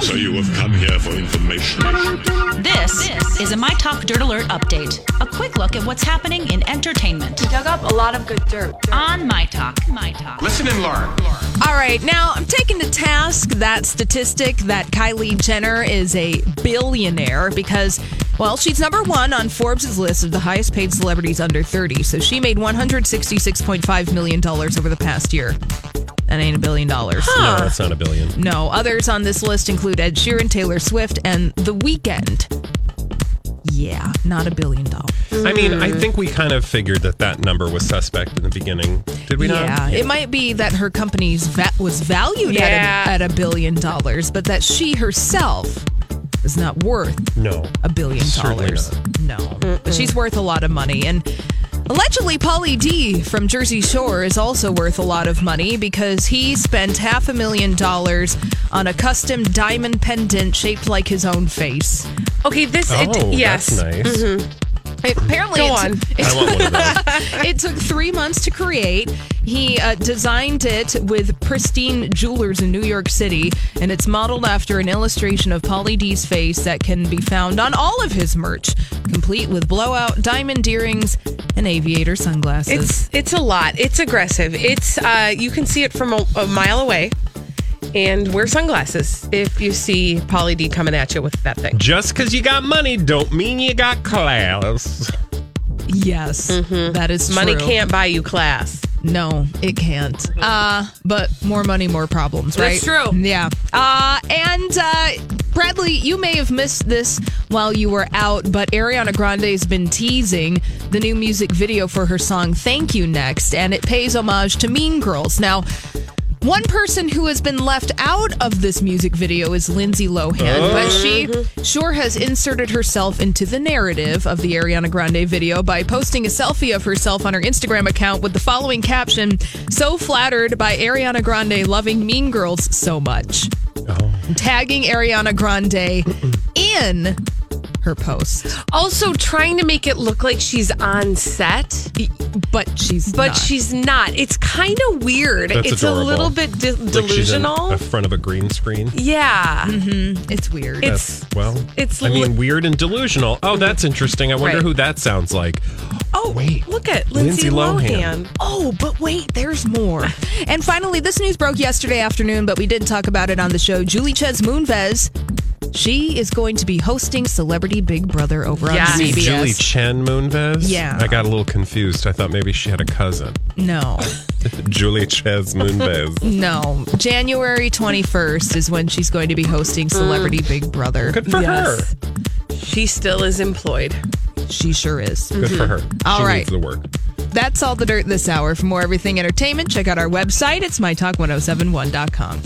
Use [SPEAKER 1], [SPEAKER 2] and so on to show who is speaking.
[SPEAKER 1] So you have come here for information.
[SPEAKER 2] This is a My Talk Dirt Alert update. A quick look at what's happening in entertainment
[SPEAKER 3] Dug up a lot of good dirt.
[SPEAKER 2] on My Talk. My Talk.
[SPEAKER 4] Listen and learn.
[SPEAKER 5] All right, now I'm taking to task that statistic that Kylie Jenner is a billionaire because, well, she's number one on Forbes' list of the highest paid celebrities under 30. So she made $166.5 million over the past year. That ain't a billion dollars.
[SPEAKER 6] No, that's not a billion.
[SPEAKER 5] No, others on this list include Ed Sheeran, Taylor Swift, and The Weeknd. Yeah, not a billion dollars.
[SPEAKER 6] I mean, I think we kind of figured that that number was suspect in the beginning. Did we not?
[SPEAKER 5] Yeah, it might be that her company's va- was valued
[SPEAKER 7] Yeah.
[SPEAKER 5] at, a, at a billion dollars, but that she herself is not worth
[SPEAKER 6] No.
[SPEAKER 5] a billion
[SPEAKER 6] Certainly
[SPEAKER 5] dollars. No, but she's worth a lot of money, and allegedly, Pauly D from Jersey Shore is also worth a lot of money because he spent half a million dollars on a custom diamond pendant shaped like his own face.
[SPEAKER 7] Okay, this.
[SPEAKER 6] Oh,
[SPEAKER 7] it, yes. Mm-hmm.
[SPEAKER 6] that's nice.
[SPEAKER 5] Apparently,
[SPEAKER 7] Go
[SPEAKER 5] it took-
[SPEAKER 7] on.
[SPEAKER 5] it
[SPEAKER 6] I want one of those.
[SPEAKER 5] it took three months to create. He uh, designed it with pristine jewelers in New York City, and it's modeled after an illustration of Polly D's face that can be found on all of his merch, complete with blowout, diamond earrings, and aviator sunglasses.
[SPEAKER 7] It's it's a lot. It's aggressive. It's uh, you can see it from a, a mile away, and wear sunglasses if you see Polly D coming at you with that thing.
[SPEAKER 6] Just because you got money don't mean you got class.
[SPEAKER 5] yes, that is
[SPEAKER 7] Mm-hmm. Money
[SPEAKER 5] true.
[SPEAKER 7] can't buy you class.
[SPEAKER 5] No, it can't. Uh, but more money, more problems, right?
[SPEAKER 7] That's true.
[SPEAKER 5] Yeah. Uh, and uh, Bradley, you may have missed this while you were out, but Ariana Grande has been teasing the new music video for her song Thank You Next, and it pays homage to Mean Girls. Now, one person who has been left out of this music video is Lindsay Lohan, but
[SPEAKER 7] Mm-hmm.
[SPEAKER 5] she sure has inserted herself into the narrative of the Ariana Grande video by posting a selfie of herself on her Instagram account with the following caption So flattered by Ariana Grande loving Mean Girls so much. Tagging Ariana Grande in her post,
[SPEAKER 7] Also, trying to make it look like she's on set.
[SPEAKER 5] but she's
[SPEAKER 7] But
[SPEAKER 5] not.
[SPEAKER 7] she's not. It's kind of weird.
[SPEAKER 6] That's
[SPEAKER 7] it's
[SPEAKER 6] adorable.
[SPEAKER 7] a little bit de-
[SPEAKER 6] Like she's in
[SPEAKER 7] delusional.
[SPEAKER 6] the front of a green screen.
[SPEAKER 7] yeah.
[SPEAKER 5] it's weird.
[SPEAKER 7] It's
[SPEAKER 6] Well,
[SPEAKER 7] It's
[SPEAKER 6] I
[SPEAKER 7] li-
[SPEAKER 6] mean, weird and delusional. Oh, that's interesting. I wonder
[SPEAKER 7] Right.
[SPEAKER 6] who that sounds like.
[SPEAKER 7] oh
[SPEAKER 6] wait.
[SPEAKER 7] Look at Lindsay,
[SPEAKER 6] Lindsay Lohan.
[SPEAKER 7] Lohan.
[SPEAKER 5] Oh, but wait, there's more. and finally, this news broke yesterday afternoon, but we did talk about it on the show. Julie Ches Moonves, she is going to be hosting Celebrity Big Brother over
[SPEAKER 7] Yes.
[SPEAKER 5] on
[SPEAKER 7] You mean
[SPEAKER 5] CBS.
[SPEAKER 6] Julie Chen Moonves.
[SPEAKER 5] Yeah.
[SPEAKER 6] I got a little confused. I thought maybe she had a cousin,
[SPEAKER 5] no,
[SPEAKER 6] Julie Chen Moonves.
[SPEAKER 5] no. January 21st is when she's going to be hosting Celebrity Big Brother.
[SPEAKER 6] Good for her.
[SPEAKER 7] She still is employed.
[SPEAKER 5] She sure is.
[SPEAKER 6] Good for her.
[SPEAKER 5] Mm-hmm. All
[SPEAKER 6] she
[SPEAKER 5] right.
[SPEAKER 6] needs the work.
[SPEAKER 5] oh That's all the dirt this hour. For more everything entertainment, check out our website. It's mytalk1071.com.